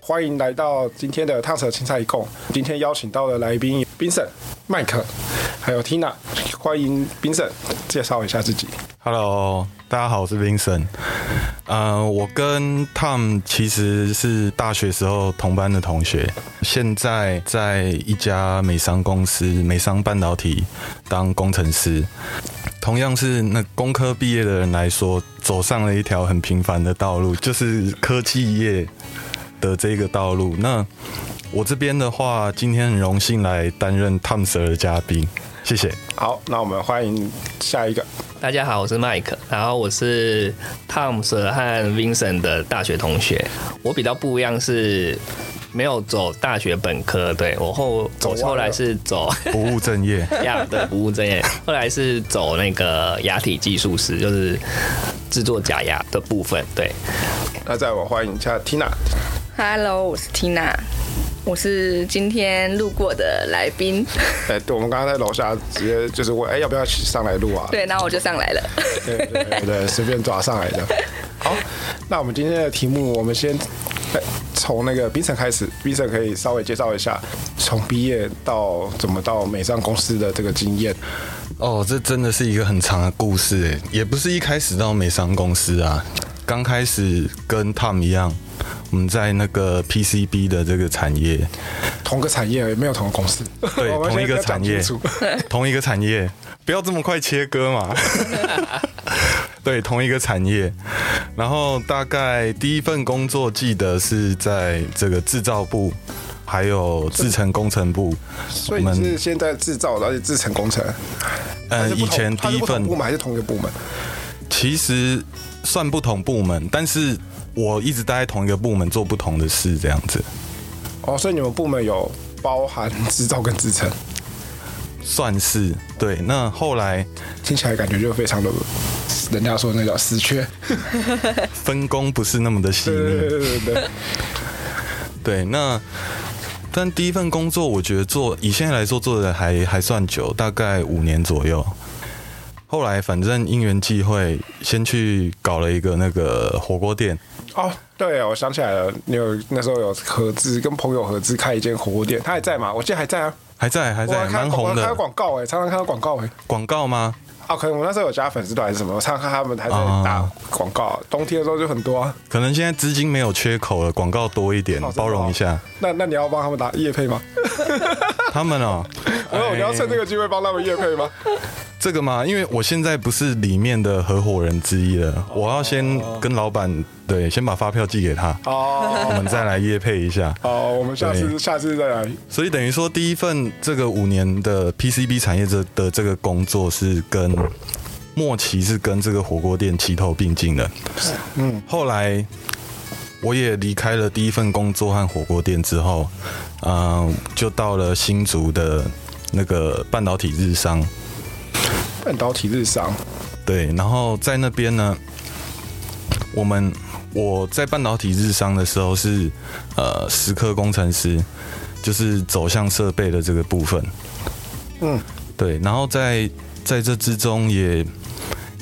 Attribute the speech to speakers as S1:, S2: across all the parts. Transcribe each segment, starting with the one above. S1: 欢迎来到今天的烫手青菜一共。今天邀请到的来宾冰沈、麦克，还有 Tina，欢迎冰沈介绍一下自己。
S2: Hello，大家好，我是 Vincent。呃，我跟 Tom 其实是大学时候同班的同学，现在在一家美商公司美商半导体当工程师。同样是那工科毕业的人来说，走上了一条很平凡的道路，就是科技业的这个道路。那我这边的话，今天很荣幸来担任 Tom Sir 的嘉宾，谢谢。
S1: 好，那我们欢迎下一个。
S3: 大家好，我是麦克，然后我是 Tom Sir 和 Vincent 的大学同学。我比较不一样是没有走大学本科，对我后
S1: 走
S3: 我
S1: 弯了
S3: 后来是走
S2: 不务正业。
S3: 呀，对，不务正业，后来是走那个牙体技术师，就是制作假牙的部分，对。
S1: 那再我欢迎一下 Tina。
S4: Hello，我是 Tina，我是今天路过的来宾，
S1: 哎，对，我们刚刚在楼下直接就是问，哎，要不要上来录啊？
S4: 对，然后我就上来了。
S1: 对对对对，随便抓上来的。好，那我们今天的题目，我们先哎从那个 Vincent 开始，Vincent 可以稍微介绍一下从毕业到怎么到美商公司的这个经验。
S2: 哦，这真的是一个很长的故事诶，也不是一开始到美商公司啊，刚开始跟 Tom 一样，我们在那个 PCB 的这个产业，
S1: 同个产业而已没有同个公司，
S2: 对
S1: 我们
S2: 同一个
S1: 先讲
S2: 产业
S1: 清楚
S2: 同一个产业，不要这么快切割嘛。对，同一个产业。然后大概第一份工作记得是在这个制造部，还有制程工程部。
S1: 所以你是现在制造的，而且制成工程。还
S2: 嗯
S1: 是，不
S2: 以
S1: 同
S2: 前
S1: 它
S2: 第
S1: 是
S2: 一
S1: 不同
S2: 份
S1: 部门还是同一个部门？
S2: 其实算不同部门，但是我一直待在同一个部门做不同的事，这样子
S1: 哦，所以你们部门有包含制造跟制成，
S2: 算是对。那后来
S1: 听起来感觉就非常的，人家说那叫死缺。
S2: 分工不是那么的细
S1: 对对对对
S2: 腻，
S1: 对哦对。
S2: 对。那但第一份工作，我觉得做以现在来说做的还还算久，大概五年左右。后来反正因缘际会，先去搞了一个那个火锅店，
S1: 哦，对，我想起来了，你有那时候有合资跟朋友合资开一间火锅店，他还在吗？我记得还在啊，
S2: 还在还
S1: 我还
S2: 在
S1: 看
S2: 蛮
S1: 我
S2: 红
S1: 还看到
S2: 的
S1: 广告哎、常常看到广告哎、
S2: 广告吗？
S1: 啊，可能我那时候有加粉丝团还是什么，我常常看他们还在
S2: 啊
S1: 打广告、冬天的时候就很多啊。
S2: 可能现在资金没有缺口了，广告多一点
S1: 哦真，的
S2: 包容一下
S1: 那那你要帮他们打夜配吗？
S2: 他们哦。
S1: 我 有，你要趁
S2: 哎
S1: 这个机会帮他们夜配 吗？
S2: 这个嘛，因为我现在不是里面的合伙人之一了，我要先跟老板对，先把发票寄给他，我
S1: 哦，
S2: 们再来业配一下。
S1: 好，我们下次
S2: 对
S1: 下次再来。
S2: 所以等于说，第一份这个五年的 PCB 产业这的这个工作是跟末期是跟这个火锅店齐头并进的。嗯，后来我也离开了第一份工作和火锅店之后，嗯、就到了新竹的那个半导体日商。
S1: 半导体日商，
S2: 对，然后在那边呢，我们我在半导体日商的时候是呃实科工程师，就是走向设备的这个部分。
S1: 嗯，
S2: 对，然后在在这之中也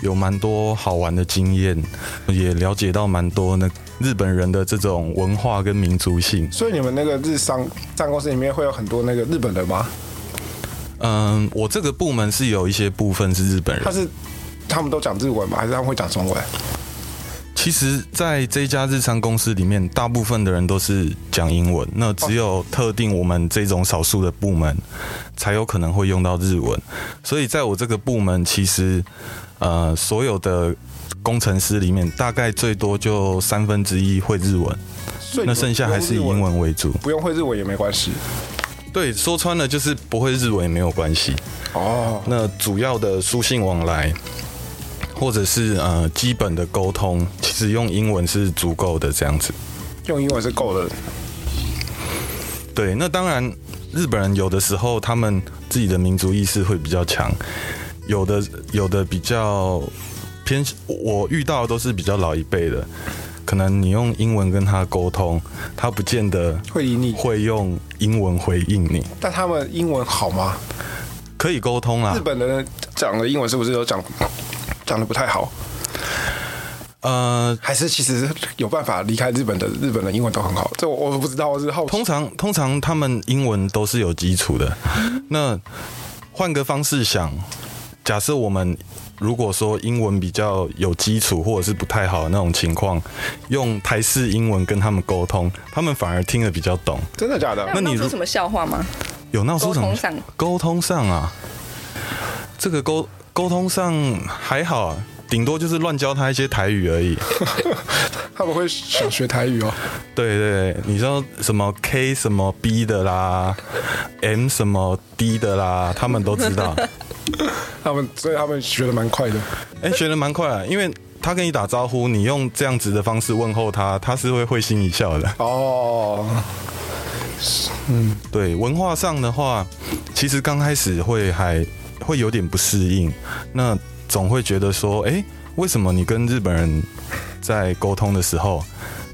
S2: 有蛮多好玩的经验，也了解到蛮多那日本人的这种文化跟民族性。
S1: 所以你们那个日商办公室里面会有很多那个日本人吗？
S2: 嗯，我这个部门是有一些部分是日本人
S1: 他，是他们都讲日文吗？还是他们会讲中文？
S2: 其实，在这家日商公司里面，大部分的人都是讲英文，那只有特定我们这种少数的部门才有可能会用到日文。所以，在我这个部门，其实呃，所有的工程师里面，大概最多就三分之一会日文，
S1: 所以你
S2: 那
S1: 们
S2: 剩下还是以
S1: 用日
S2: 英文为主。
S1: 不用会日文也没关系。
S2: 对，说穿了就是不会日文也没有关系。
S1: 哦，
S2: 那主要的书信往来，或者是呃基本的沟通，其实用英文是足够的这样子。
S1: 用英文是够的。
S2: 对，那当然，日本人有的时候他们自己的民族意识会比较强，有的有的比较偏，我遇到的都是比较老一辈的，可能你用英文跟他沟通，他不见得
S1: 会理你
S2: 会用英文回应你，
S1: 但他们英文好吗？
S2: 可以沟通啦啊
S1: 日。本人讲的英文是不是都讲讲的不太好？
S2: 呃，
S1: 还是其实有办法离开日本的日本人英文都很好，这我我不知道，我是好奇
S2: 通。常通常他们英文都是有基础的。
S4: 嗯
S2: 那换个方式想，假设我们如果说英文比较有基础或者是不太好的那种情况，用台式英文跟他们沟通，他们反而听得比较懂。
S1: 真的假的？
S2: 那
S4: 有
S2: 你
S4: 闹
S2: 如
S4: 出什么笑话吗？
S2: 有闹出什么
S4: 沟通上
S2: 沟通上啊，这个沟沟通上还好、啊，顶多就是乱教他一些台语而已。
S1: 他们会想学台语哦。
S2: 对对对，你知道什么 K 什么 B 的啦，M 什么 D 的啦，他们都知道。
S1: 他们所以他们学的蛮快的，
S2: 哎、学的蛮快啊，因为他跟你打招呼，你用这样子的方式问候他，他是会会心一笑的。
S1: 哦，
S2: 对，文化上的话，其实刚开始会还会有点不适应，那总会觉得说，哎、为什么你跟日本人在沟通的时候，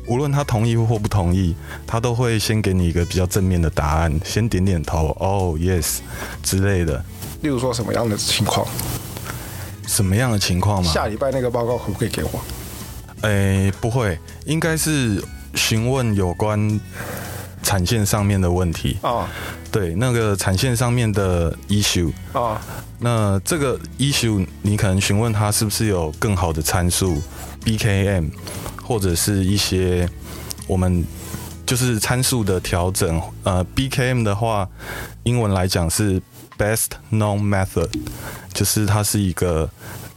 S2: 无论他同意或不同意，他都会先给你一个比较正面的答案，先点点头，哦，yes 之类的。
S1: 例如说什么样的情况？
S2: 什么样的情况吗？
S1: 下礼拜那个报告可不可以给我？
S2: 诶，不会，应该是询问有关产线上面的问题。
S1: 啊
S2: 对，那个产线上面的 issue，
S1: 啊
S2: 那这个 issue 你可能询问他是不是有更好的参数 BKM，或者是一些我们就是参数的调整。呃，BKM 的话，英文来讲是 Best Known Method，就是它是一个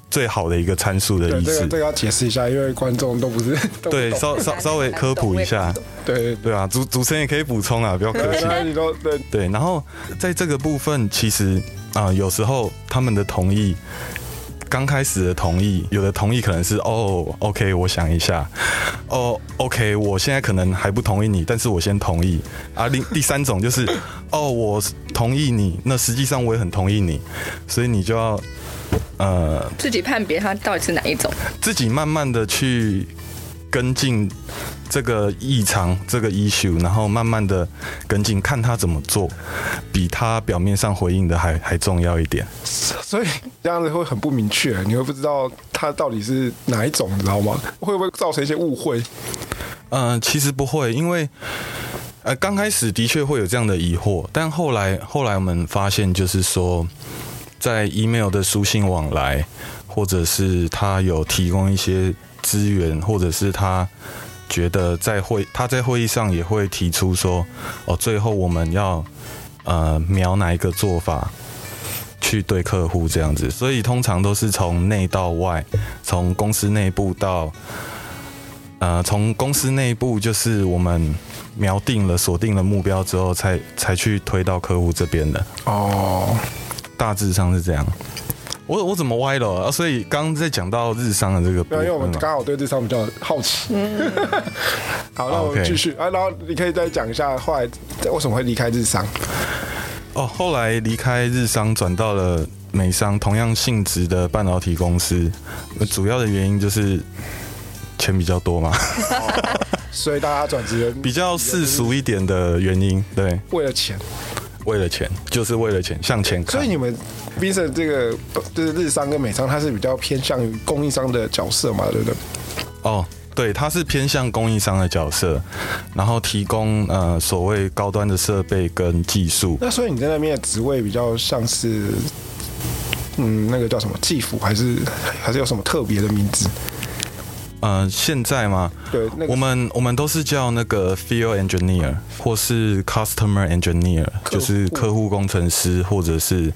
S2: 最好的一个参数的
S1: 对，
S2: 意
S1: 这个
S2: 思
S1: 这。个要解释一下，因为观众都不 是都不懂
S2: 对，稍稍稍微科普一下。
S1: 对
S2: 对啊，主主持人也可以补充啊，不要客
S1: 对，
S2: 气。
S1: 那你都对
S2: 对，然后在这个部分，其实啊、有时候他们的同意，刚开始的同意，有的同意可能是哦，OK，我想一下，哦，OK，我现在可能还不同意你，但是我先同意啊。另第三种就是哦，我同意你，那实际上我也很同意你，所以你就要呃
S4: 自己判别它到底是哪一种。
S2: 自己慢慢的去跟进这个异常这个 issue，然后慢慢的跟进，看他怎么做，比他表面上回应的还还重要一点。
S1: 所以这样子会很不明确，你会不知道它到底是哪一种，你知道吗？会不会造成一些误会？
S2: 嗯、其实不会，因为呃刚开始的确会有这样的疑惑，但后来后来我们发现，就是说在 email 的书信往来，或者是他有提供一些资源，或者是他觉得在会他在会议上也会提出说，哦，最后我们要呃瞄哪一个做法。去对客户这样子，所以通常都是从内到外，从公司内部到呃，从公司内部就是我们瞄定了、锁定了目标之后才，才去推到客户这边的，
S1: 哦，
S2: 大致上是这样。我我怎么歪了啊？所以刚刚在讲到日商的这个部
S1: 对，啊因为我们
S2: 分嘛，
S1: 刚好对这上比较好奇。 好，那我们
S2: OK
S1: 继续啊，然后你可以再讲一下后来为什么会离开日商。
S2: 哦，后来离开日商转到了美商，同样性质的半导体公司，呃主要的原因就是钱比较多嘛，
S1: 所以大家转职
S2: 比较世俗一点的原因，对，
S1: 为了钱，
S2: 为了钱，就是为了钱向前看。
S1: 所以你们 Vincent 这个就是日商跟美商，它是比较偏向于供应商的角色嘛，对不对？
S2: 哦，对，它是偏向供应商的角色，然后提供呃所谓高端的设备跟技术。
S1: 那所以你在那边的职位比较像是，嗯，那个叫什么技辅，还是还是有什么特别的名字？
S2: 呃，现在嘛，
S1: 对，那个
S2: 我们我们都是叫那个 field engineer 或是 customer engineer，
S1: 客户
S2: 就是客户工程师或者是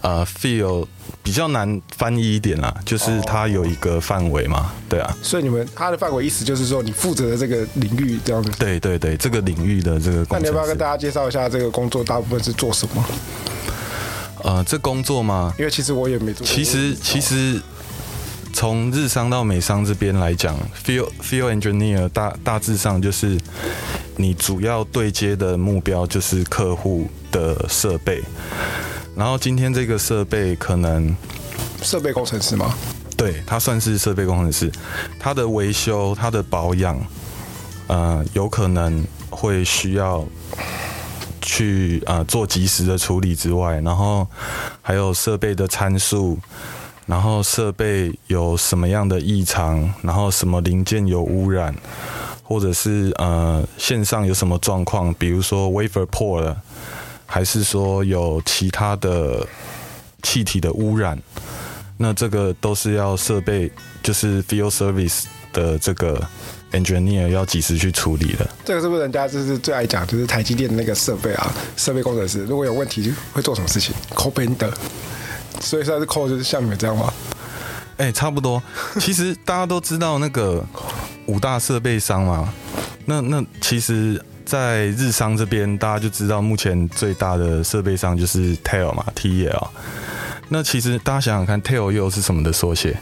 S2: 呃 field 比较难翻译一点啦，就是它有一个范围嘛，对啊。
S1: 所以你们它的范围意思就是说你负责的这个领域这样子。
S2: 对对对，这个领域的这个
S1: 那
S2: 工
S1: 你要
S2: 程
S1: 不要跟
S2: 师
S1: 大，家介绍一下这个工作大部分是做什么？
S2: 呃，这工作嘛，
S1: 因为其实我也没做过。
S2: 其实其实从日商到美商这边来讲，field field engineer 大大致上就是你主要对接的目标就是客户的设备，然后今天这个设备可能
S1: 设备工程师嘛，
S2: 对它算是设备工程师，它的维修、它的保养，呃，有可能会需要去呃做及时的处理之外，然后还有设备的参数，然后设备有什么样的异常，然后什么零件有污染，或者是呃线上有什么状况，比如说 wafer 破了，还是说有其他的气体的污染，那这个都是要设备就是 field service 的这个 engineer 要及时去处理的。
S1: 这个是不是人家就是最爱讲，就是台积电的那个设备啊，设备工程师如果有问题会做什么事情扣 o b e n d 所以算是扣就是像你们这样吗？
S2: 哎、差不 多。其实大家都知道那个五大设备商嘛，那那其实，在日商这边，大家就知道目前最大的设备商就是 TEL 嘛，TEL。那其实大家想想看，TEL 又是什么的缩写？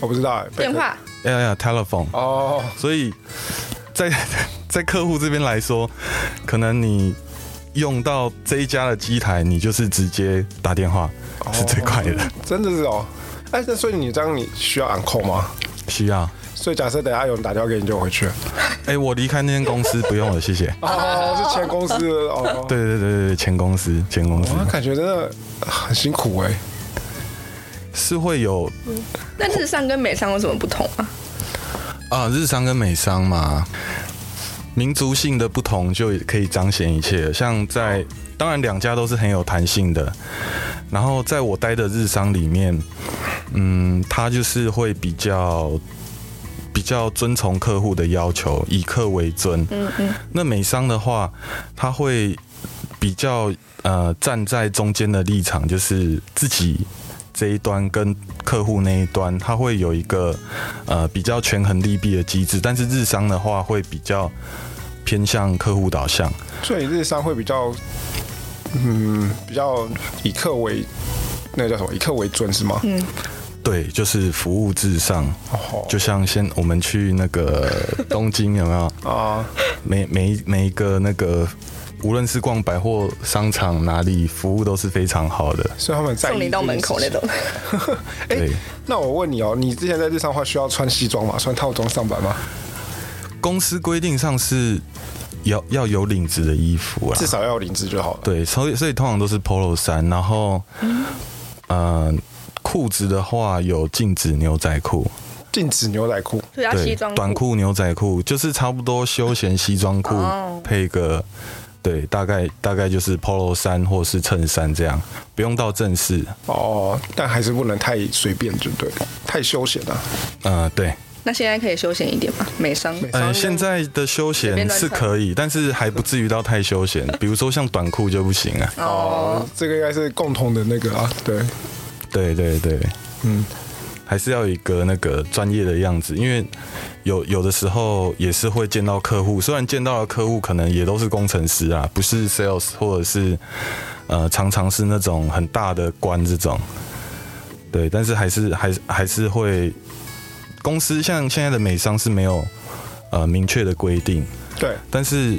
S1: 我不知道、欸，
S4: 电话
S2: 哎呀呀，telephone。
S1: 哦，
S2: 所以在 在客户这边来说，可能你用到这一家的机台，你就是直接打电话是最快的。
S1: 真的是哦。哎，那所以你这样你需要 on call 吗？
S2: 需要。
S1: 所以假设等一下有人打电话给你，就回去了。
S2: 哎、我离开那间公司不用了，谢谢。
S1: 哦，是前公司的哦。
S2: 对对对对对，前公司前公司
S1: 哇，感觉真的很辛苦哎、
S2: 是会有
S4: 那日上跟美上有什么不同啊？
S2: 啊，日商跟美商嘛，民族性的不同就可以彰显一切。像在当然两家都是很有弹性的，然后在我待的日商里面，嗯，它就是会比较。比较遵从客户的要求，以客为尊。嗯嗯。那美商的话，他会比较呃站在中间的立场，就是自己这一端跟客户那一端，它会有一个呃比较权衡利弊的机制。但是日商的话，会比较偏向客户导向。
S1: 所以日商会比较，嗯，比较以客为那个叫什么？以客为尊是吗？嗯，
S2: 对，就是服务至上。
S1: 哦，
S2: 就像先我们去那个东京有没有？
S1: 啊，
S4: 哦
S2: 每每一每一个那个，无论是逛百货商场哪里，服务都是非常好的。
S1: 所以他们在意
S4: 送你到门口那种。
S1: 这件事情。哎、
S2: 对
S1: 那我问你哦，你之前在日商的话需要穿西装吗？穿套装上班吗？
S2: 公司规定上是要要有领子的衣服啊
S1: 至，少要有领子就好了。
S2: 对，所以所以通常都是 polo 衫，然后
S4: 嗯
S2: 呃裤子的话有禁止牛仔裤，
S1: 禁止牛仔裤。
S4: 就要啊西
S2: 对
S4: 装，
S2: 短裤牛仔裤就是差不多休闲西装裤
S4: 哦
S2: 配个。对，大概大概就是 polo 衫或是衬衫这样，不用到正式。
S1: 哦，但还是不能太随便，就对了，太休闲啊了。
S2: 呃，对，
S4: 那现在可以休闲一点吗？美商
S1: 美商
S2: 呃，
S1: 跟
S2: 现在的休
S4: 随
S2: 闲
S4: 便乱
S2: 是
S4: 穿
S2: 可以，但是还不至于到太休闲。比如说像短裤就不行啊。
S1: 哦，这个应该是共同的那个啊，对，
S2: 对对对，
S1: 嗯，
S2: 还是要有一个那个专业的样子，因为有有的时候也是会见到客户，虽然见到的客户可能也都是工程师啊，不是 sales 或者是呃常常是那种很大的官这种，对，但是还是还是还是会公司像现在的美商是没有呃明确的规定，
S1: 对，
S2: 但是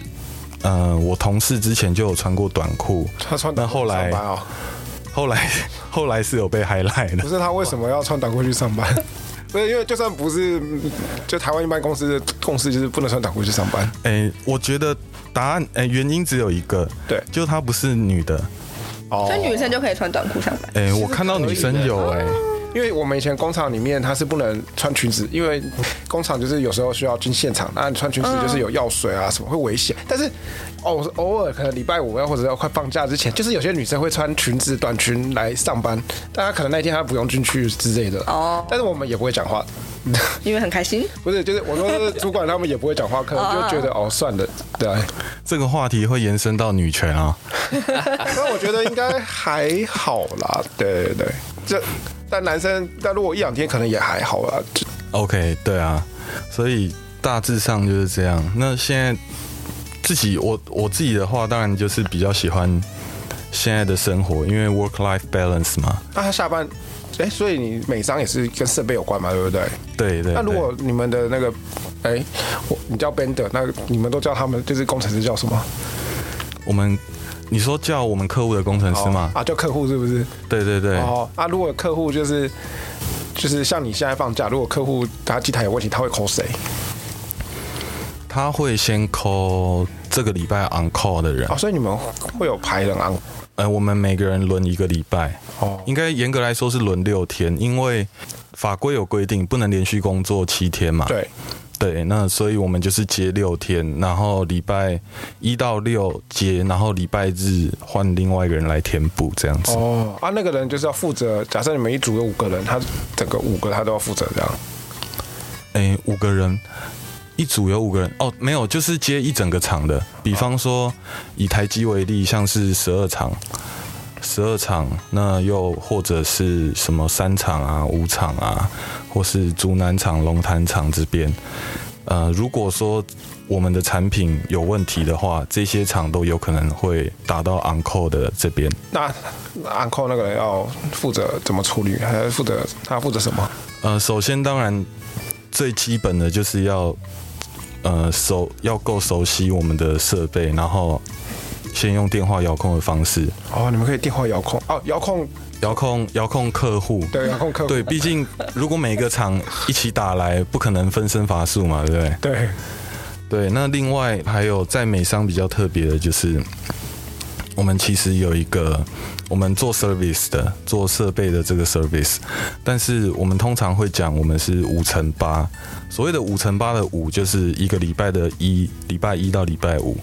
S2: 呃我同事之前就有穿过短裤，
S1: 他穿
S2: 那后来
S1: 短裤上班哦，
S2: 后来 后来是有被 highlight 的
S1: 不。是他为什么要穿短裤去上班？不是因为就算不是，嗯就台湾一般公司的共识就是不能穿短裤去上班。
S2: 哎、我觉得答案哎、原因只有一个，
S1: 对
S2: 就她不是女的。
S1: 哦
S4: 所以女生就可以穿短裤上班。
S2: 哎、我看到女生有哎、
S1: 因为我们以前工厂里面它是不能穿裙子，因为工厂就是有时候需要进现场，那你穿裙子就是有药水啊什么会危险。但是偶偶尔可能礼拜五要或者要快放假之前，就是有些女生会穿裙子短裙来上班，但她可能那天她不用进去之类的。
S4: 哦
S1: 但是我们也不会讲话，
S4: 因为很开心，
S1: 不是就是我说是主管他们也不会讲话，可能就觉得哦算了，对。
S2: 这个话题会延伸到女权啊。
S1: 那我觉得应该还好啦，对对对，这但男生但如果一两天可能也还好啦，就
S2: OK，对啊，所以大致上就是这样。那现在自己我我自己的话，当然就是比较喜欢现在的生活，因为 work life balance 嘛。
S1: 那他下班，哎、所以你美商也是跟设备有关嘛，对不对？
S2: 对对
S1: 那如
S2: 对
S1: 果你们的那个，哎、我你叫 Bender，那你们都叫他们就是工程师叫什么？
S2: 我们你说叫我们客户的工程师吗？
S1: 啊，叫客户是不是？
S2: 对对对，
S1: 哦，啊，如果客户就是就是像你现在放假，如果客户他机台有问题，他会 call 谁？
S2: 他会先 call 这个礼拜 on call 的人
S1: 哦哦，。所以你们会有排人啊？
S2: 呃，我们每个人轮一个礼拜，
S1: 哦
S2: 应该严格来说是轮六天，因为法规有规定不能连续工作七天嘛。
S1: 对，
S2: 对，那所以我们就是接六天，然后礼拜一到六接，然后礼拜日换另外一个人来填补这样子。
S1: 哦，啊，那个人就是要负责。假设你们一组有五个人，他整个五个他都要负责这样。
S2: 诶，哎五个人，一组有五个人哦，没有，就是接一整个场的。比方说，以台积为例，像是十二场，十二场，那又或者是什么三场啊、五场啊，或是竹南场、龙潭场这边，呃，如果说我们的产品有问题的话，这些场都有可能会打到 uncle 的这边。
S1: 那安扣那个人要负责怎么处理，还是负责他负责什么？
S2: 呃，首先当然最基本的就是要呃熟要够熟悉我们的设备，然后先用电话遥控的方式
S1: 哦，你们可以电话遥控哦，遥控
S2: 遥控遥控客户。
S1: 对遥控客户
S2: 对，毕竟如果每个厂一起打来，不可能分身乏术嘛，对不对？
S1: 对
S2: 对，那另外还有在美商比较特别的就是，我们其实有一个我们做 service 的做设备的这个 service，但是我们通常会讲我们是五乘八，所谓的五乘八的五就是一个礼拜的一礼拜一到礼拜五，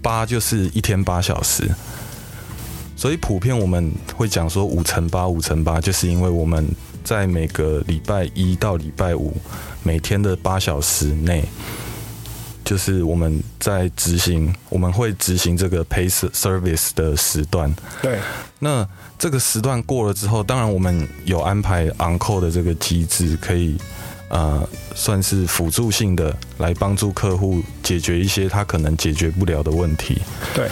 S2: 八就是一天八小时。所以普遍我们会讲说五乘八，五乘八，就是因为我们在每个礼拜一到礼拜五每天的八小时内，就是我们在执行，我们会执行这个 pay service 的时段。
S1: 对，
S2: 那这个时段过了之后，当然我们有安排 on call 的这个机制，可以呃算是辅助性的来帮助客户解决一些他可能解决不了的问题。
S1: 对，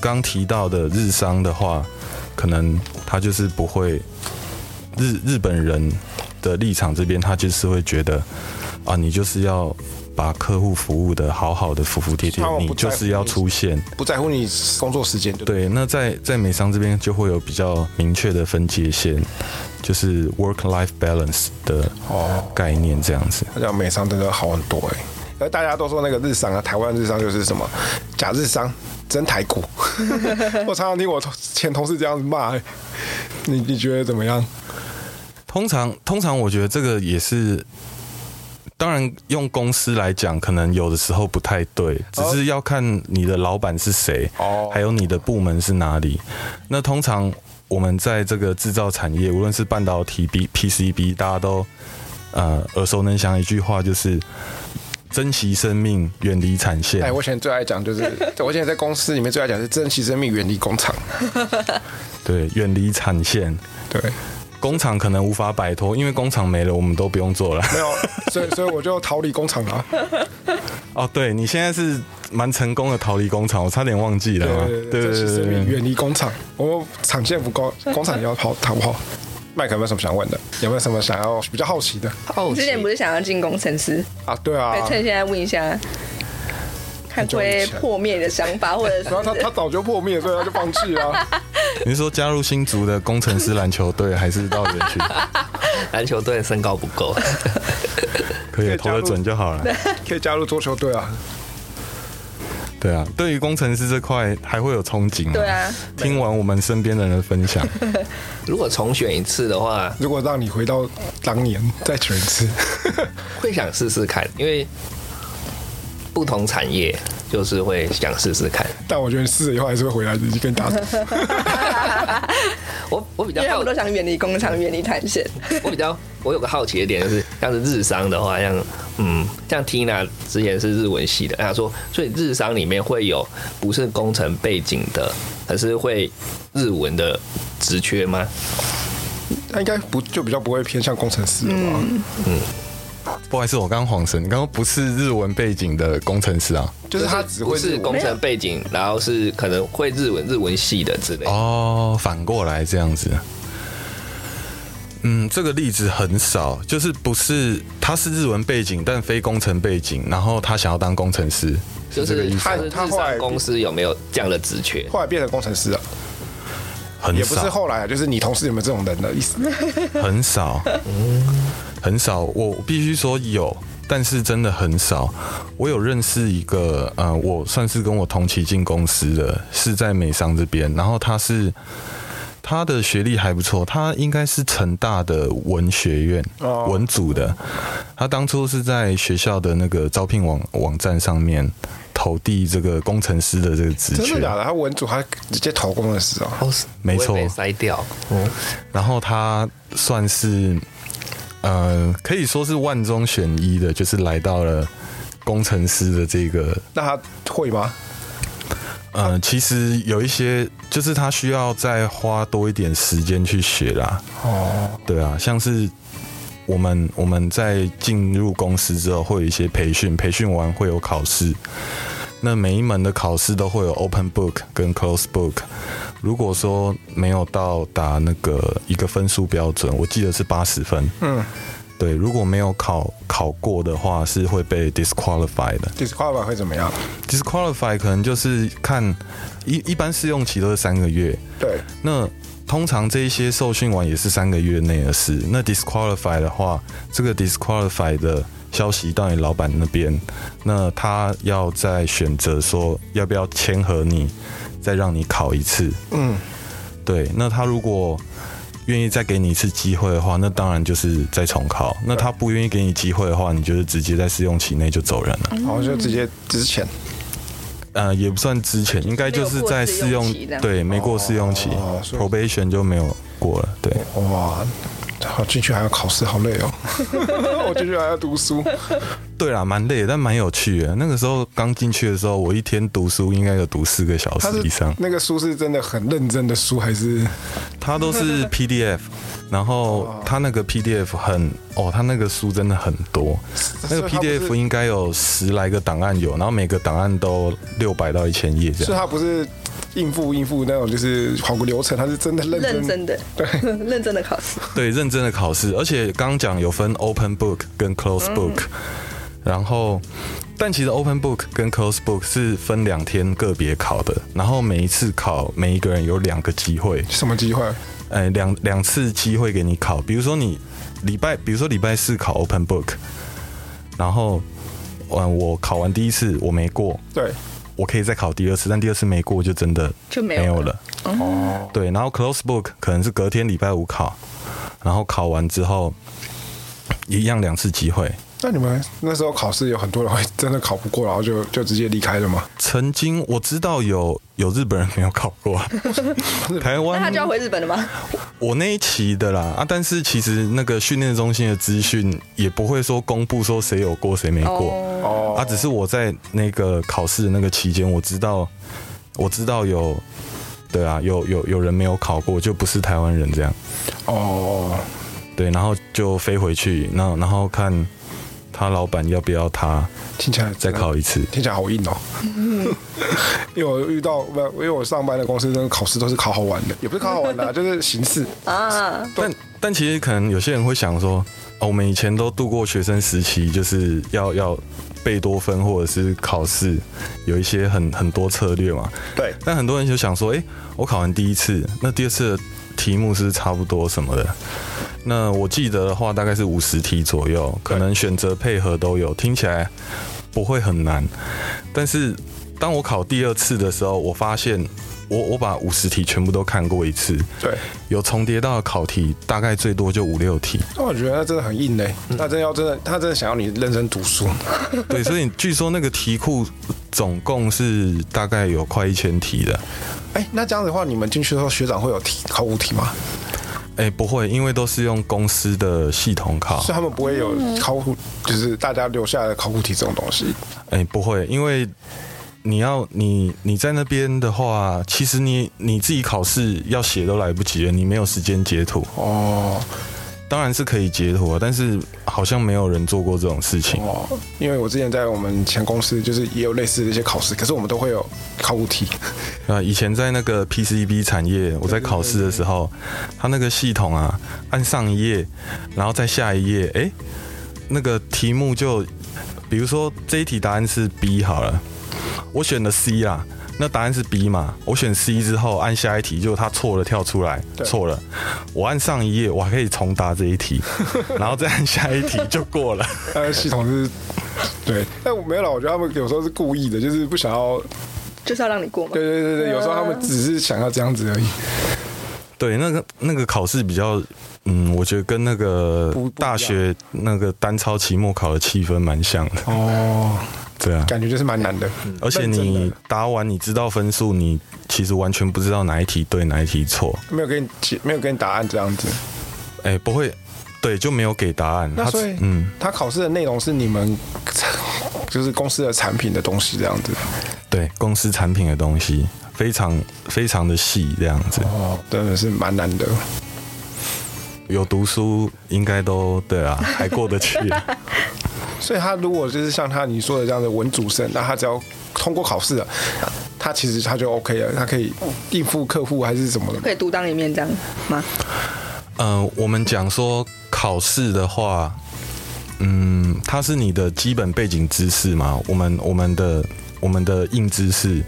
S2: 刚提到的日商的话，可能他就是不会日日本人的立场这边，他就是会觉得啊，你就是要把客户服务的好好的服服帖帖
S1: 他们，
S2: 你
S1: 不在乎
S2: 就是要出现。
S1: 不在乎你工作时间，对不对
S2: 对，那在在美商这边就会有比较明确的分界线，就是 work life balance 的
S1: 哦
S2: 概念这样子。
S1: 那叫美商真的好很多哎、而大家都说那个日商啊，台湾日商就是什么假日商、真台 股。我常常听我同前同事这样子骂、欸，你你觉得怎么样？
S2: 通常，通常我觉得这个也是，当然用公司来讲，可能有的时候不太对，只是要看你的老板是谁，
S1: 哦
S2: 还有你的部门是哪里。那通常我们在这个制造产业，无论是半导体、B、PCB，大家都呃耳熟能详一句话就是。珍惜生命，远离产线。
S1: 哎、我以前最爱讲 就是，我以前在公司里面最爱讲是珍惜生命，远离工厂。
S2: 对，远离产线。
S1: 对，
S2: 工厂可能无法摆脱，因为工厂没了，我们都不用做了。
S1: 没有，所以所以我就逃离工厂啊了。
S2: 哦，对你现在是蛮成功的逃离工厂，我差点忘记了。啊
S1: 珍惜生命，
S2: 对
S1: 远离工厂。我们产线不够，工厂也要跑，逃不跑？麦克有没有什么想问的？有没有什么想要比较好奇的
S3: 好
S4: 你之前不是想要进工程师？
S1: 啊？对啊
S4: 可以，趁现在问一下，看会破灭你的想法，或者是
S1: 然后他他早就破灭，所以他就放弃啊了、
S2: 你是说加入新竹的工程师篮球队，还是到园区？
S3: 篮球队身高不够，
S2: 可以投得准就好了。
S1: 可以加入桌球队啊。
S2: 对啊，对于工程师这块还会有憧憬吗？
S4: 对啊，
S2: 听完我们身边的人的分享，
S3: 如果重选一次的话，
S1: 如果让你回到当年再选一次，
S3: 会想试试看，因为不同产业就是会想试试看。
S1: 但我觉得试了以后还是会回来自己跟打赌。
S3: 我我比
S4: 因
S3: 较
S4: 为他
S3: 好
S4: 们都想远离工厂、远离产线。
S3: 我比较，我有个好奇的点就是，像是日商的话，像嗯，像 Tina 之前是日文系的，她说，所以日商里面会有不是工程背景的，可是会日文的职缺吗？
S1: 他应该不就比较不会偏向工程师了吧？
S2: 不好意思，我刚刚恍神，你刚刚不是日文背景的工程师啊？
S1: 就是他只
S3: 不
S1: 会
S3: 是工程背景，然后是可能会日文日文系的之类。
S2: 哦，反过来这样子。嗯，这个例子很少，就是不是他是日文背景，但非工程背景，然后他想要当工程师，
S3: 就是
S2: 这个
S3: 是
S2: 意思
S1: 他
S3: 他
S2: 吗。
S3: 日
S1: 他后来
S3: 商公司有没有这样的职缺？
S1: 后来变成工程师了，
S2: 很
S1: 也不是
S2: 少，
S1: 后来，啊就是你同事有没有这种人的意思？嗯
S2: 很少，很少。我我必须说有，但是真的很少。我有认识一个，呃，我算是跟我同期进公司的，是在美商这边，然后他是。他的学历还不错，他应该是成大的文学院、
S1: 哦
S2: 文组的。他当初是在学校的那个招聘网网站上面投递这个工程师的这个职缺，
S1: 真的假的？他文组还直接投工程师哦，
S3: 哦，
S2: 没错
S3: 不会被筛掉，嗯，
S2: 然后他算是呃，可以说是万中选一的，就是来到了工程师的这个
S1: 那他会吗？
S2: 呃，其实有一些就是他需要再花多一点时间去学啦。
S1: 哦，
S2: 对啊，像是我们我们在进入公司之后，会有一些培训，培训完会有考试。那每一门的考试都会有 open book 跟 close book。如果说没有到达那个一个分数标准，我记得是八十分。
S1: 嗯，
S2: 对，如果没有考考过的话，是会被 disqualify 的。
S1: 第十块板会怎么样？
S2: disqualify 可能就是看一一般试用期都是三个月，
S1: 对，
S2: 那通常这一些受训完也是三个月内的事。那 disqualify 的话，这个 disqualify 的消息到你老板那边，那他要再选择说要不要签合你，再让你考一次。
S1: 嗯，
S2: 对，那他如果愿意再给你一次机会的话，那当然就是再重考。那他不愿意给你机会的话，你就是直接在试用期内就走人了。
S1: 然后就直接之前
S2: 呃，也不算之前，应该就是在试
S4: 没有过试
S2: 用
S4: 用期这样
S2: 对没过试用期、
S1: 哦所以哦
S2: probation 就没有过了。对，
S1: 哇，好进去还要考试，好累哦。我进去还要读书，
S2: 对啦，蛮累的，但蛮有趣的。那个时候刚进去的时候，我一天读书应该有读四个小
S1: 他
S2: 时
S1: 是
S2: 以上。
S1: 那个书是真的很认真的书，还是
S2: 它 都是 PDF，然后它那个 PDF 很哦，它那个书真的很多，那
S1: 所
S2: 个
S1: 以它不是
S2: PDF 应该有十来个档案有，然后每个档案都六百到一千页这
S1: 所以他
S2: 样。
S1: 不是应付应付那种就是跑个流程，他是真的认真
S4: 认真的， 认真的考试，
S2: 对，认真的考试，而且刚讲有分 Open Book 跟 Close Book，、然后但其实 Open Book 跟 Close Book 是分两天个别考的，然后每一次考每一个人有两个机会。
S1: 什么机会？
S2: 呃两两次机会给你考，比如说你礼拜，比如说礼拜四考 Open Book，然后嗯我考完第一次我没过，
S1: 对，
S2: 我可以再考第二次，但第二次没过就真的
S4: 就没有
S2: 没有
S4: 了
S2: 了。哦，对，然后 Close Book 可能是隔天礼拜五考，然后考完之后一样两次机会。
S1: 那你们那时候考试有很多人会真的考不过，然后就就直接离开了吗？
S2: 曾经我知道有有日本人没有考过，台
S4: 那
S2: 湾
S4: 他就要回日本了吗？
S2: 我那一期的啦啊，但是其实那个训练中心的资讯也不会说公布说谁有过谁没过、
S4: 哦，
S1: 哦
S2: 啊，只是我在那个考试的那个期间，我知道我知道有对啊，有有有人没有考过，就不是台湾人这样
S1: 哦，
S2: 对，然后就飞回去，然后然后看他老板要不要他
S1: 听起来
S2: 再考一次，
S1: 听起来好硬哦。 因为我遇到不，因为我上班的公司那个考试都是考好玩的，也不是考好玩的啊、 就是形式。
S4: 啊，
S2: 但但其实可能有些人会想说，哦，我们以前都度过学生时期，就是要要贝多芬或者是考试，有一些很很多策略嘛。
S1: 对，
S2: 但很多人就想说，诶，我考完第一次，那第二次的题目是不是差不多什么的。那我记得的话，大概是五十题左右，可能选择配合都有，听起来不会很难。但是当我考第二次的时候，我发现我我把五十题全部都看过一次，
S1: 对，
S2: 有重叠到的考题，大概最多就五六题。
S1: 但我觉得那真的很硬嘞，他真的要真的，他真的想要你认真读书。
S2: 对，所以据说那个题库总共是大概有快一千题的。
S1: 哎，那这样子的话，你们进去的时候，学长会有题考五题吗？
S2: 哎、不会，因为都是用公司的系统考
S1: 所以。他们不会有考古，就是大家留下来的考古题这种东西。
S2: 哎、不会，因为你要你你在那边的话，其实你你自己考试要写都来不及了，你没有时间截图。
S1: 哦
S2: 当然是可以截图啊，但是好像没有人做过这种事情。
S1: 哦，因为我之前在我们前公司，就是也有类似的一些考试，可是我们都会有考古题。
S2: 啊，以前在那个 PCB 产业，我在考试的时候，它那个系统啊，按上一页，然后再下一页，诶，那个题目就，比如说这一题答案是 B 好了，我选了 C 啦，那答案是 B 嘛？我选 C 之后按下一题，结果他错了，跳出来
S1: 对
S2: 错了。我按上一页，我还可以重答这一题，然后再按下一题就过了。
S1: 呃，系统是，对，但我没有了。我觉得他们有时候是故意的，就是不想要。
S4: 就是要让你过嘛
S1: 对。对对对，有时候他们只是想要这样子而已。
S2: 对，那个那个考试比较，嗯，我觉得跟那个
S1: 不不一样
S2: 大学那个单超期末考的气氛蛮像的。
S1: 哦，
S2: 对啊，
S1: 感觉就是蛮难的。
S2: 嗯而且
S1: 认真
S2: 你
S1: 的
S2: 答完，你知道分数，你其实完全不知道哪一题对，哪一题错。
S1: 没有给你解，没有给你答案这样子。
S2: 哎、不会，对，就没有给答案。
S1: 那
S2: 他
S1: 所以，
S2: 嗯
S1: 嗯，，他考试的内容是你们 就是公司的产品的东西这样子。
S2: 对公司产品的东西非常非常的细，这样子
S1: 哦，真的是蛮难的。
S2: 有读书应该都对啊，还过 得去。
S1: 所以他如果就是像他你说的这样的文主生，那他只要通过考试了，他其实他就 OK 了，他可以应付客户还是什么的。
S4: 可以独当一面这样吗？
S2: 嗯、我们讲说考试的话，嗯，它是你的基本背景知识嘛。我们我们的我们的硬知识，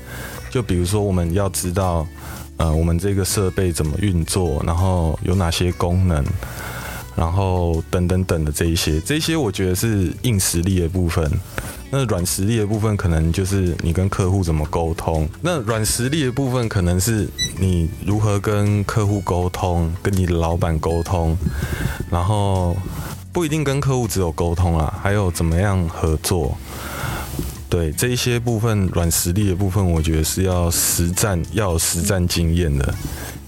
S2: 就比如说我们要知道，呃，我们这个设备怎么运作，然后有哪些功能，然后等等等的这一些，这一些我觉得是硬实力的部分。那软实力的部分可能就是你跟客户怎么沟通，那软实力的部分可能是你如何跟客户沟通，跟你的老板沟通，然后不一定跟客户只有沟通啦，还有怎么样合作。对这一些部分软实力的部分，我觉得是要实战，要有实战经验的，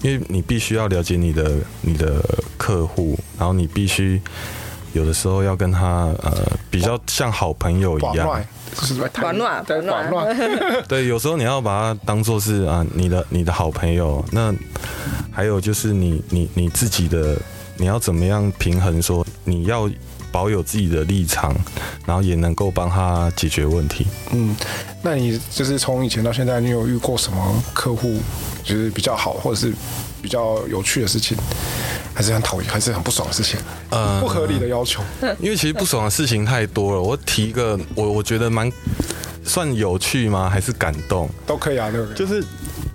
S2: 因为你必须要了解你的你的客户，然后你必须有的时候要跟他呃比较像好朋友
S1: 寡
S2: 一样
S1: 乱，，就是
S4: 寡暖
S1: 对，寡
S4: 寡暖
S1: 乱。
S2: 对，有时候你要把它当做是啊你的你的好朋友，那还有就是你你你自己的，你要怎么样平衡说你要保有自己的立场，然后也能够帮他解决问题。
S1: 嗯，那你就是从以前到现在，你有遇过什么客户就是比较好，或者是比较有趣的事情，还是很讨厌，还是很不爽的事情？
S2: 呃
S1: 不合理的要求，
S2: 因为其实不爽的事情太多了，我提一个我我觉得蛮算有趣吗？还是感动？
S1: 都可以啊，那个
S2: 就是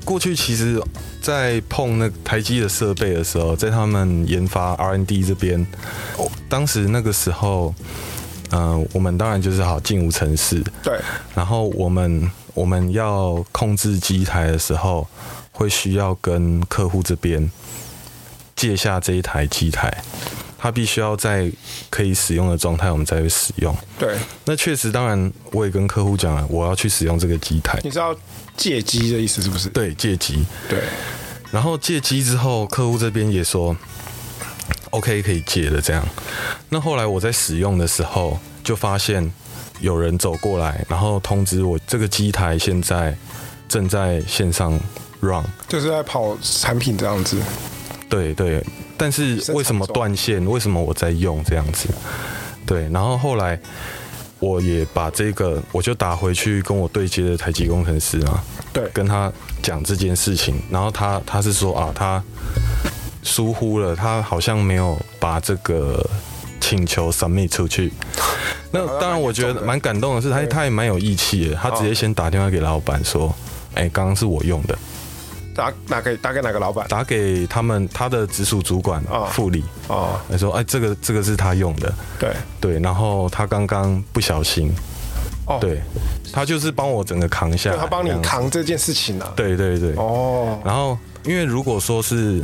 S2: 过去其实，在碰那个台积的设备的时候，在他们研发 R N D 这边，哦当时那个时候，嗯、我们当然就是好进无城市，
S1: 对，
S2: 然后我们我们要控制机台的时候，会需要跟客户这边借下这一台机台，它必须要在可以使用的状态，我们才会使用。
S1: 对，
S2: 那确实，当然我也跟客户讲了，我要去使用这个机台，
S1: 你知道借机的意思是不是？
S2: 对，借机。
S1: 对，
S2: 然后借机之后，客户这边也说 OK 可以借的这样。那后来我在使用的时候，就发现有人走过来，然后通知我这个机台现在正在线上 run。
S1: 就是在跑产品这样子。
S2: 对对，但是为什么断线？为什么我在用这样子？对，然后后来我也把这个，我就打回去跟我对接的台积工程师啊，
S1: 对，
S2: 跟他讲这件事情，然后他他是说啊，他疏忽了，他好像没有把这个请求 submit 出去。那当然，我觉得蛮感动的是，他他也蛮有义气的，他直接先打电话给老板说，哎、刚刚是我用的，
S1: 打打给打给哪个老板？
S2: 打给他们他的直属主管
S1: 哦
S2: 副理，
S1: 哦，
S2: 他说，哎，这个这个是他用的，
S1: 对，
S2: 对，然后他刚刚不小心，
S1: 哦，
S2: 对，他就是帮我整个扛下
S1: 对，
S2: 来，
S1: 他帮你
S2: 这样子，
S1: 扛这件事情啊。，
S2: 对对对，
S1: 哦，
S2: 然后，因为如果说是，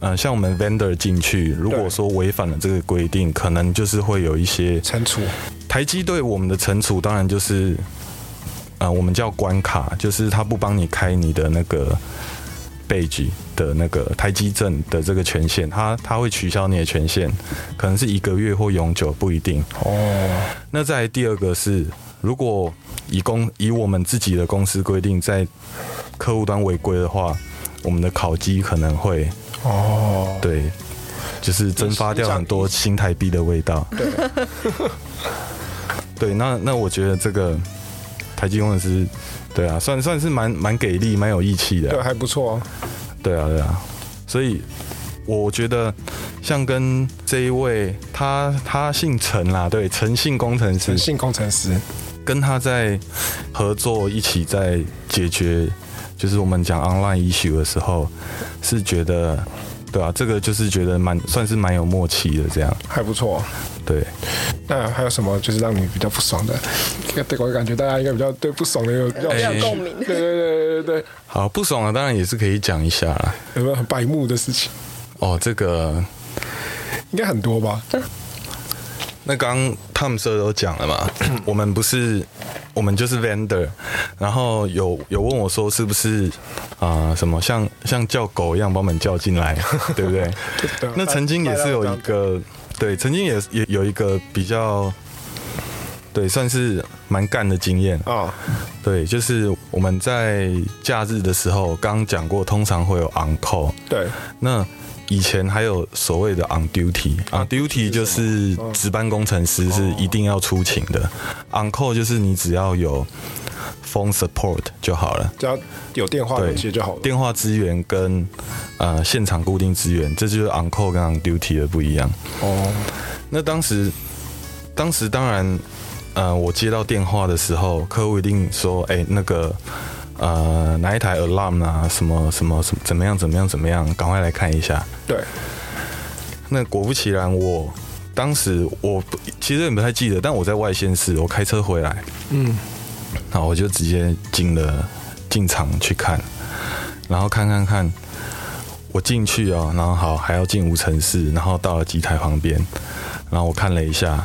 S2: 呃，像我们 vendor 进去，如果说违反了这个规定，可能就是会有一些
S1: 惩处，
S2: 台积对我们的惩处，当然就是，呃，我们叫关卡，就是他不帮你开你的那个 badge 的那个台积证的这个权限，他他会取消你的权限，可能是一个月或永久，不一定。
S1: 哦，
S2: 那再来第二个是，如果以公以我们自己的公司规定，在客户端违规的话，我们的烤鸡可能会
S1: 哦，
S2: 对，就是蒸发掉很多新台币的味道。对，那那我觉得这个台积公司对啊，算算是蛮蛮给力、蛮有义气的啊、
S1: 对，还不错哦。
S2: 对啊，对啊，所以我觉得像跟这一位他他姓陈啦，对，陈姓工程师
S1: 诚，信工程师，
S2: 跟他在合作，一起在解决就是我们讲 online issue 的时候，是觉得，对啊，这个就是觉得蛮算是蛮有默契的这样，
S1: 还不错。哦
S2: 对。
S1: 那还有什么就是让你比较不爽的？对，我感觉大家应该比较对不爽的有比较
S2: 哎
S4: 比较
S1: 对
S4: 有共鸣。
S1: 对对对对，
S2: 好，不爽的当然也是可以讲一下啦。
S1: 有没有很白目的事情？
S2: 哦，这个
S1: 应该很多吧？
S2: 那刚他们 sir 都讲 了嘛，我们不是，我们就是 vendor，然后有有问我说是不是啊、什么像像叫狗一样把我们叫进 来，对不对？
S1: 对啊
S2: 那曾经也是有一个，对，曾经也也有一个比较，对，算是蛮干的经验。
S1: 啊，
S2: 对，就是我们在假日的时候，刚讲过，通常会有 on call。
S1: 对，
S2: 那以前还有所谓的 on duty，on duty 哦就是哦值班工程师是一定要出勤的、o n call 就是你只要有 phone support 就好了。
S1: 只要有电话
S2: 对，
S1: 有接就好了。
S2: 电话资源跟呃现场固定资源，这就是 on call 跟 on duty 的不一样。
S1: 哦，
S2: 那当时，当时当然，呃，我接到电话的时候，客户一定说，哎、那个，呃，哪一台 alarm 啊，什么什么什么，怎么样怎么样怎么样，赶快来看一下。
S1: 对，
S2: 那果不其然，我当时我不其实也不太记得，但我在外县市，我开车回来，
S1: 嗯，
S2: 然后我就直接进了进场去看，然后看看看，我进去哦，然后好还要进无尘室，然后到了机台旁边，然后我看了一下，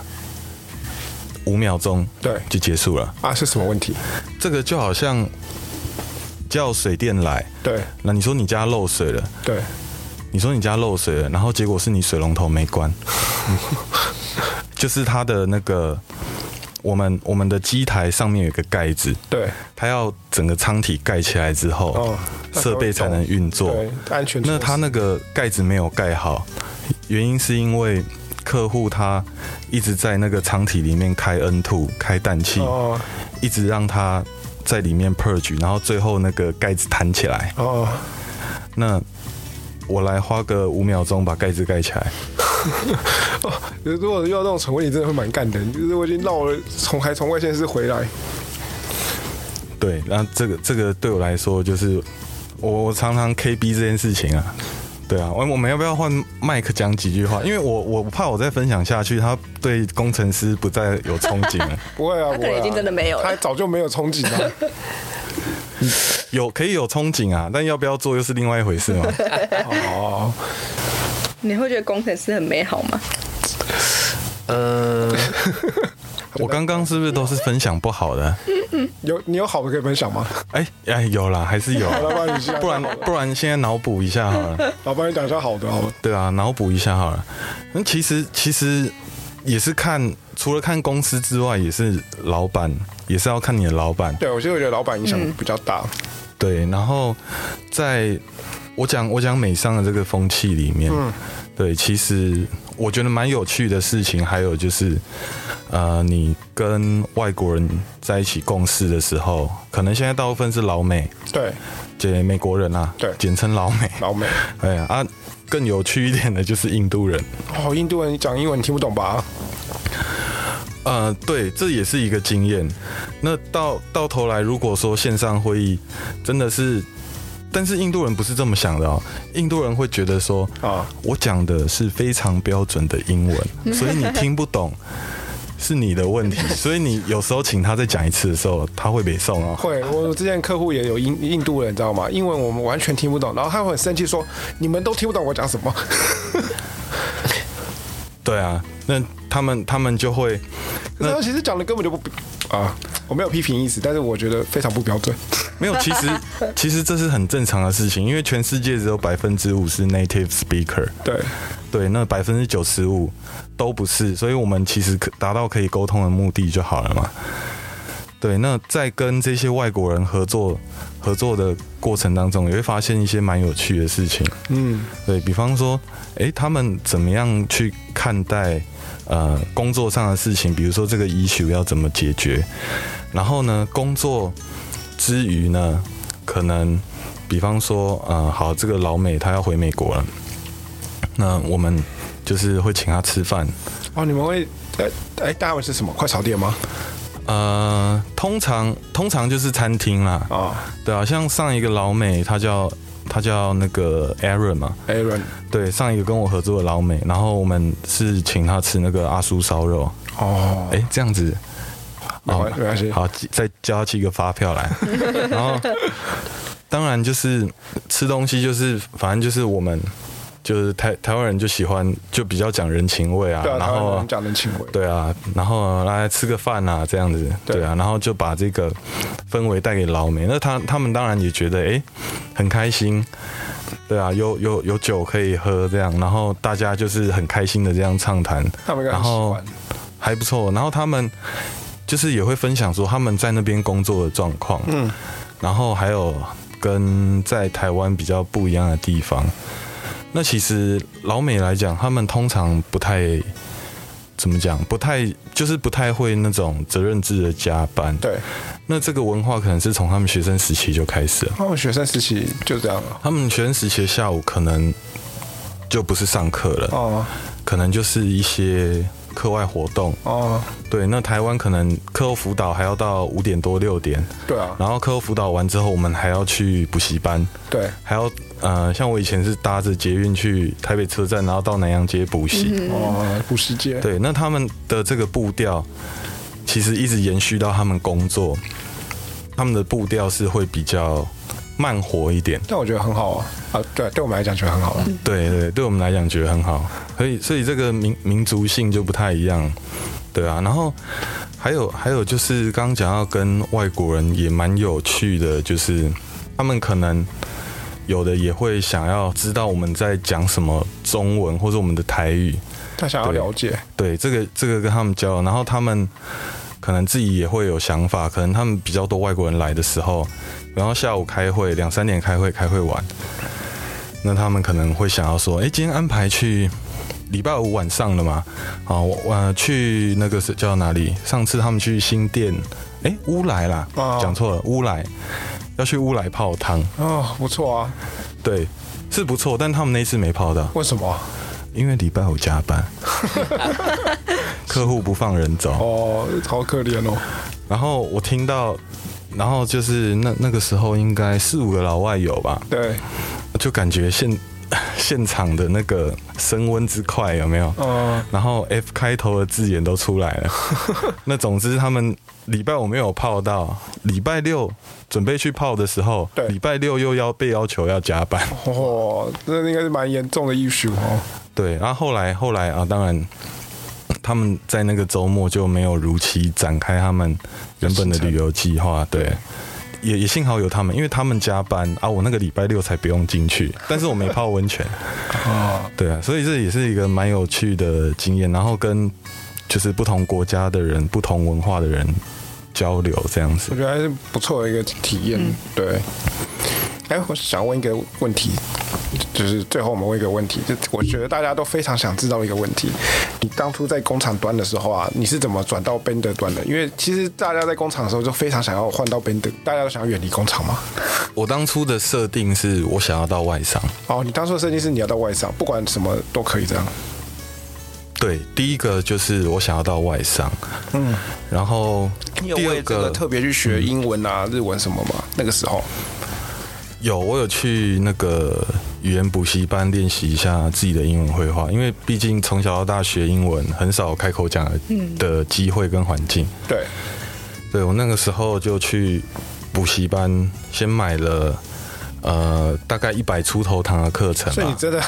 S2: 五秒钟
S1: 对
S2: 就结束了。
S1: 啊，是什么问题？
S2: 这个就好像叫水电来，
S1: 对
S2: 那你说你家漏水了，
S1: 对，
S2: 你说你家漏水了，然后结果是你水龙头没关， 就是它的那个我们我们的机台上面有一个盖子，
S1: 对，
S2: 它要整个舱体盖起来之后
S1: 哦，
S2: 设备才能运作。
S1: 对，安全措施。
S2: 那它那个盖子没有盖好，原因是因为客户他一直在那个舱体里面开 N two 开氮气，
S1: 哦
S2: 一直让它在里面 purge，然后最后那个盖子弹起来。
S1: 哦，
S2: 那我来花个五秒钟把盖子盖起来。
S1: 如果遇到那种蠢问题，真的会蛮干的。就是我已经绕了，从还从外县市回来，
S2: 对，那这个这个对我来说就是我我常常 KB 这件事情啊，对啊，我我们要不要换麦克讲几句话？因为我我怕我再分享下去，他对工程师不再有憧憬了。
S1: 不会啊，
S4: 他可
S1: 不会
S4: 能
S1: 啊
S4: 已经真的没有
S1: 他
S4: 了。
S1: 早就没有憧憬 了。
S2: 有可以有憧憬啊，但要不要做又是另外一回事嘛。
S1: 哦，
S4: 你会觉得工程师很美好吗？
S3: 嗯、
S2: 我刚刚是不是都是分享不好的？
S1: 有你有好的可以分享吗？
S2: 哎哎，有啦，还是有啊，
S1: 老板，你先
S2: 不然不然现在脑补一下好了。
S1: 老板，你讲一下好的好了。
S2: 对啊，脑补一下好了。那其实其实也是看，除了看公司之外，也是老板，也是要看你的老板。
S1: 对，我其实我觉得老板影响比较大。
S2: 对，然后在我讲我讲美商的这个风气里面，
S1: 嗯
S2: 对，其实我觉得蛮有趣的事情，还有就是，呃，你跟外国人在一起共事的时候，可能现在大部分是老美，
S1: 对，
S2: 这美国人啊，
S1: 对
S2: 简称老美。
S1: 老美，
S2: 哎呀啊，更有趣一点的就是印度人。
S1: 哦，印度人讲英文你听不懂吧？
S2: 呃，对，这也是一个经验。那到到头来，如果说线上会议真的是，但是印度人不是这么想的哦。印度人会觉得说，
S1: 啊，
S2: 我讲的是非常标准的英文，所以你听不懂是你的问题。所以你有时候请他再讲一次的时候，他会北送哦。
S1: 会， 我之前客户也有印印度人，你知道吗？英文我们完全听不懂，然后他会很生气说：“你们都听不懂我讲什么。
S2: 对啊，那他们他们就会”
S1: 可是他其实讲的根本就不啊，我没有批评意思，但是我觉得非常不标准。
S2: 没有。其实其实这是很正常的事情，因为全世界只有百分之五是 native speaker。
S1: 对，
S2: 对，那百分之九十五都不是，所以我们其实可达到可以沟通的目的就好了嘛。对，那在跟这些外国人合作合作的过程当中，也会发现一些蛮有趣的事情。
S1: 嗯，
S2: 对比方说，诶，他们怎么样去看待呃工作上的事情？比如说这个 issue 要怎么解决？然后呢，工作之余呢，可能比方说，呃，好，这个老美他要回美国了，那我们就是会请他吃饭。
S1: 哦，你们会哎哎，大文是什么？快炒店吗？
S2: 呃，通常通常就是餐厅啦，
S1: 哦
S2: 对啊，像上一个老美，他叫他叫那个 Aaron 嘛，
S1: ，Aaron，
S2: 对，上一个跟我合作的老美，然后我们是请他吃那个阿叔烧肉，
S1: 哦，
S2: 哎、这样子，
S1: 没关没关系
S2: 好，寄再叫他寄个发 票来，然后当然就是吃东西，就是反正就是我们就是台台湾人就喜欢就比较讲人情味啊，
S1: 对啊，
S2: 然
S1: 台湾
S2: 后
S1: 人讲人情味，
S2: 对啊，然后来吃个饭啊，这样子，
S1: 对
S2: 对啊，然后就把这个氛围带给老美，那他他们当然也觉得哎、诶很开心，对啊，有有有酒可以喝这样，然后大家就是很开心的这样畅谈，
S1: 他们应该
S2: 然
S1: 很喜
S2: 后
S1: 欢，
S2: 还不错，然后他们就是也会分享说他们在那边工作的状况，
S1: 嗯，
S2: 然后还有跟在台湾比较不一样的地方。那其实老美来讲，他们通常不太怎么讲，不太就是不太会那种责任制的加班。
S1: 对，
S2: 那这个文化可能是从他们学生时期就开始了。
S1: 他们哦学生时期就这样啊了，
S2: 他们学生时期的下午可能就不是上课了，
S1: 哦
S2: 可能就是一些课外活动。
S1: 哦，
S2: 对，那台湾可能课后辅导还要到五点多六点，
S1: 对啊，
S2: 然后课后辅导完之后，我们还要去补习班。
S1: 对，
S2: 还要呃，像我以前是搭着捷运去台北车站，然后到南洋街补习。
S1: 哦，补习街，
S2: 对，那他们的这个步调其实一直延续到他们工作，他们的步调是会比较慢活一点。
S1: 但我觉得很好啊，啊，对，对我们来讲觉得很好了，啊
S2: 对对，对我们来讲觉得很好，所以所以这个民民族性就不太一样，对啊。然后还有还有就是刚刚讲到跟外国人也蛮有趣的，就是他们可能有的也会想要知道我们在讲什么中文或者我们的台语，
S1: 他想要
S2: 对
S1: 了解，
S2: 对这个这个跟他们交流，然后他们可能自己也会有想法，可能他们比较多外国人来的时候，然后下午开会两三点开会，开会完，那他们可能会想要说，哎，今天安排去礼拜五晚上了嘛？啊，我呃去那个是叫哪里？上次他们去新店，哎，乌来啦，
S1: 哦
S2: 讲错了，乌来要去乌来泡汤，
S1: 哦，不错啊，
S2: 对，是不错，但他们那一次没泡到，
S1: 为什么？
S2: 因为礼拜五加班。客户不放人走，
S1: 哦，好可怜哦，
S2: 然后我听到，然后就是那那个时候应该四五个老外有吧，
S1: 对，
S2: 就感觉现 现场的那个升温之快有没有？
S1: 嗯，
S2: 然后 F 开头的字眼都出来了。那总之他们礼拜五没有泡到，礼拜六准备去泡的时候
S1: 对，
S2: 礼拜六又要被要求要加班。
S1: 哦，这应该是蛮严重的 issue 哦，
S2: 对，然后后来后来啊，当然。他们在那个周末就没有如期展开他们原本的旅游计划，对，也也幸好有他们，因为他们加班啊，我那个礼拜六才不用进去，但是我没泡温泉，
S1: 啊，
S2: 对啊，所以这也是一个蛮有趣的经验，然后跟就是不同国家的人、不同文化的人交流这样子
S1: 我。觉得还是不错的一个体验。对。哎，我想问一个问题，就是最后我们问一个问题，就我觉得大家都非常想知道一个问题：你当初在工厂端的时候啊，你是怎么转到 Bender 端的？因为其实大家在工厂的时候就非常想要换到 Bender，大家都想要远离工厂嘛。
S2: 我当初的设定是我想要到外商，
S1: 哦，你当初的设计是你要到外商，不管什么都可以这样。
S2: 对，第一个就是我想要到外商，
S1: 嗯，
S2: 然后
S1: 你
S2: 第
S1: 有为
S2: 二
S1: 这个
S2: 个
S1: 特别去学英文啊、日文什么吗？那个时候，
S2: 有，我有去那个语言补习班练习一下自己的英文绘画，因为毕竟从小到大学英文，很少开口讲的
S1: 嗯
S2: 的机会跟环境。
S1: 对，
S2: 对我那个时候就去补习班，先买了呃大概一百出头堂的课程
S1: 所以你
S2: 吧。
S1: 真的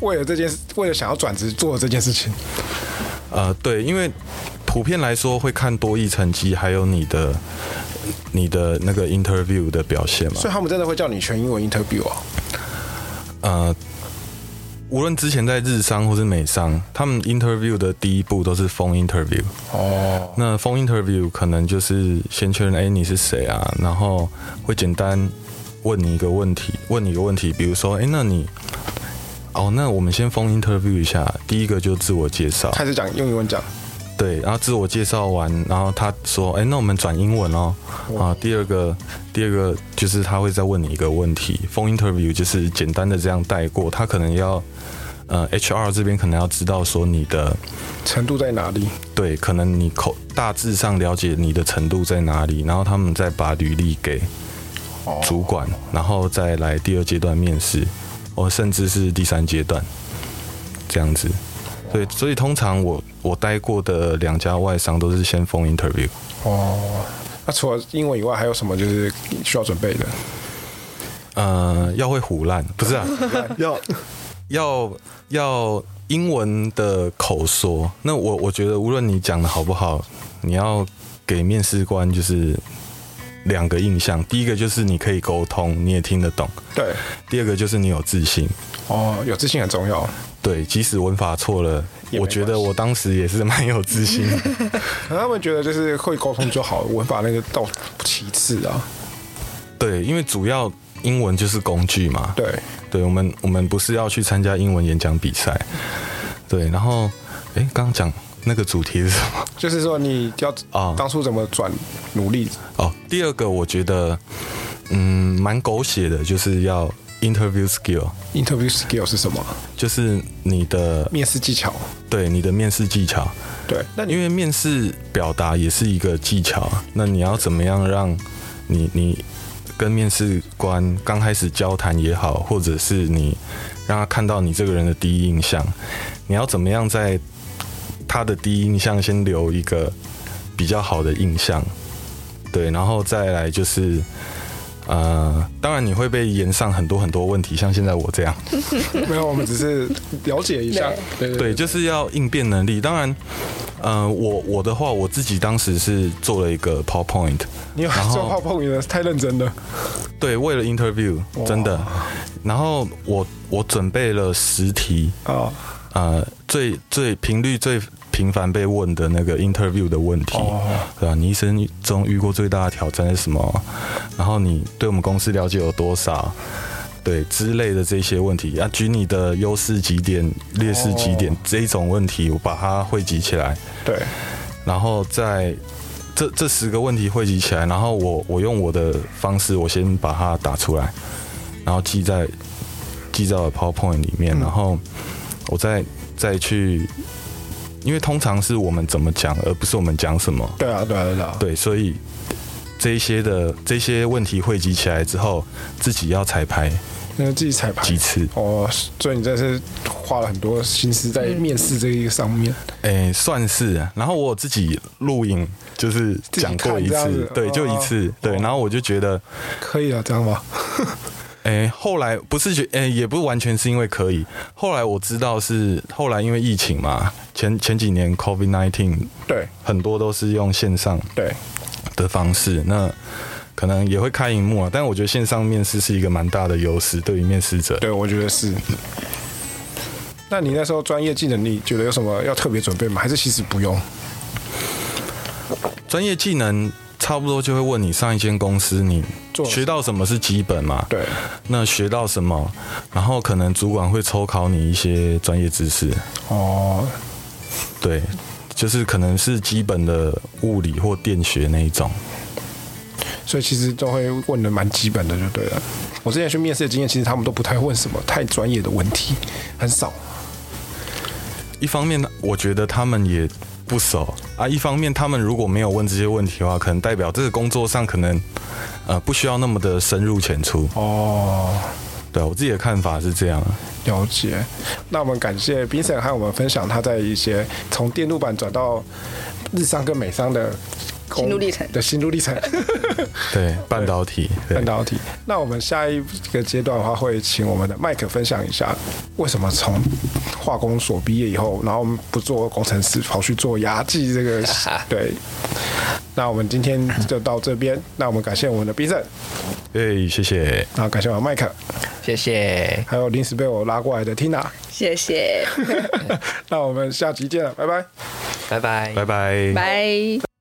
S1: 为了这件事，为了想要转职做这件事情，
S2: 呃，对，因为普遍来说会看多益成绩，还有你的你的那个 interview 的表现嘛
S1: 所。以他们真的会叫你全英文 interview 哦。
S2: 呃，无论之前在日商或是美商，他们 interview 的第一步都是 phone interview。
S1: 哦，
S2: 那 phone interview 可能就是先确认，哎、你是谁啊？然后会简单问你一个问题，问你一个问题，比如说，哎、那你，哦，那我们先 phone interview 一下，第一个就自我介绍，
S1: 开始讲用英文讲，
S2: 对，然后自我介绍完，然后他说，哎、那我们转英文哦，啊，第二个，第二个就是他会再问你一个问题，phone interview 就是简单的这样带过，他可能要。呃 HR 这边可能要知道说你的
S1: 程度在哪里？
S2: 对，可能你口大致上了解你的程度在哪里，然后他们再把履历给主管，然后再来第二阶段面试，或甚至是第三阶段这样子。所以，所以通常我我待过的两家外商都是先 phone interview，
S1: 哦，那除了英文以外，还有什么就是需要准备的？
S2: 呃，要会胡烂，不是啊，要要要英文的口说。那我我觉得，无论你讲的好不好，你要给面试官就是两个印象：第一个就是你可以沟通，你也听得懂；
S1: 对，
S2: 第二个就是你有自信。
S1: 哦，有自信很重要。
S2: 对，即使文法错了，
S1: 也没
S2: 我觉得
S1: 关系
S2: 我当时也是蛮有自信的。
S1: 可能他们觉得就是会沟通就好，文法那个倒其次啊。
S2: 对，因为主要英文就是工具嘛。
S1: 对，
S2: 对，我们我们不是要去参加英文演讲比赛，对，然后，哎，刚刚讲那个主题是什么？
S1: 就是说你要
S2: 哦
S1: 当初怎么转努力
S2: 哦，第二个我觉得，嗯，蛮狗血的，就是要 interview skill，
S1: ，interview skill 是什么？
S2: 就是你的
S1: 面试技巧。
S2: 对你的面试技巧，
S1: 对，那 你
S2: 因为面试表达也是一个技巧啊，那你要怎么样让你你跟面试官刚开始交谈也好，或者是你让他看到你这个人的第一印象，你要怎么样在他的第一印象先留一个比较好的印象，对，然后再来就是。呃，当然你会被延上很多很多问题，像现在我这样，
S1: 没有，我们只是了解一下。对对
S2: 对，就是要应变能力。当然，呃，我我的话，我自己当时是做了一个 PowerPoint，
S1: 你有
S2: 然后
S1: 做泡泡的太认真了。
S2: 对，为了 interview，真的。然后我我准备了十题，
S1: 哦
S2: 呃，最最频率最频繁被问的那个 interview 的问题，
S1: 哦
S2: 对啊吧、你一生中遇过最大的挑战是什么？然后你对我们公司了解有多少？对之类的这些问题啊，举你的优势几点、劣势几
S1: 哦
S2: 点、这一种问题，我把它汇集起来，
S1: 对，
S2: 然后在这这十个问题汇集起来，然后我我用我的方式，我先把它打出来，然后记在记在我的 PowerPoint 里
S1: 嗯
S2: 面，然后我再再去，因为通常是我们怎么讲，而不是我们讲什么，
S1: 对啊，对啊，对啊。
S2: 对，所以这一些的这些问题汇集起来之后，自己要彩排
S1: 那自己彩排
S2: 几次，
S1: 哦，所以你这是花了很多心思在面试这一个上面。
S2: 诶、
S1: 哎
S2: 算是啊。然后我有自己录影，就是
S1: 自己
S2: 讲过
S1: 看
S2: 一
S1: 这样
S2: 次
S1: 子，
S2: 对，
S1: 哦
S2: 就一次，对。然后我就觉得。
S1: 可以啊，这样吗？
S2: 诶，后来不是觉，诶，也不完全是因为可以。后来我知道是后来因为疫情嘛，前前几年 COVID nineteen
S1: 对
S2: 很多都是用线上
S1: 对，
S2: 的方式，那可能也会开荧幕啊。但我觉得线上面试是一个蛮大的优势，对于面试者。
S1: 对，我觉得是。那你那时候专业技能，你觉得有什么要特别准备吗？还是其实不用？
S2: 专业技能差不多就会问你上一间公司你
S1: 做了
S2: 学到什么是基本嘛？
S1: 对，
S2: 那学到什么，然后可能主管会抽考你一些专业知识。
S1: 哦，
S2: 对，就是可能是基本的物理或电学那一种。
S1: 所以其实都会问的蛮基本的，就对了。我之前去面试的经验，其实他们都不太问什么太专业的问题，很少。
S2: 一方面，我觉得他们也不熟啊；一方面，他们如果没有问这些问题的话，可能代表这个工作上可能呃不需要那么的深入浅出。
S1: 哦，
S2: 对我自己的看法是这样。
S1: 了解。那我们感谢 Vincent 和我们分享他在一些从电路板转到日商跟美商的工
S4: 心路历程
S1: 的心路历程。
S2: 对，半导体，对
S1: 半导体。那我们下一个阶段的话，会请我们的麦克分享一下，为什么从化工所毕业以后，然后我们不做工程师，跑去做牙技这个？对。那我们今天就到这边，那我们感谢我们的 B 胜，
S2: 对，哎谢谢。
S1: 然后感谢我们麦克，
S3: 谢谢，
S1: 还有临时被我拉过来的 Tina。
S4: 谢谢，
S1: 那我们下集见了，拜拜。
S3: 拜拜
S2: 拜拜。
S4: 拜。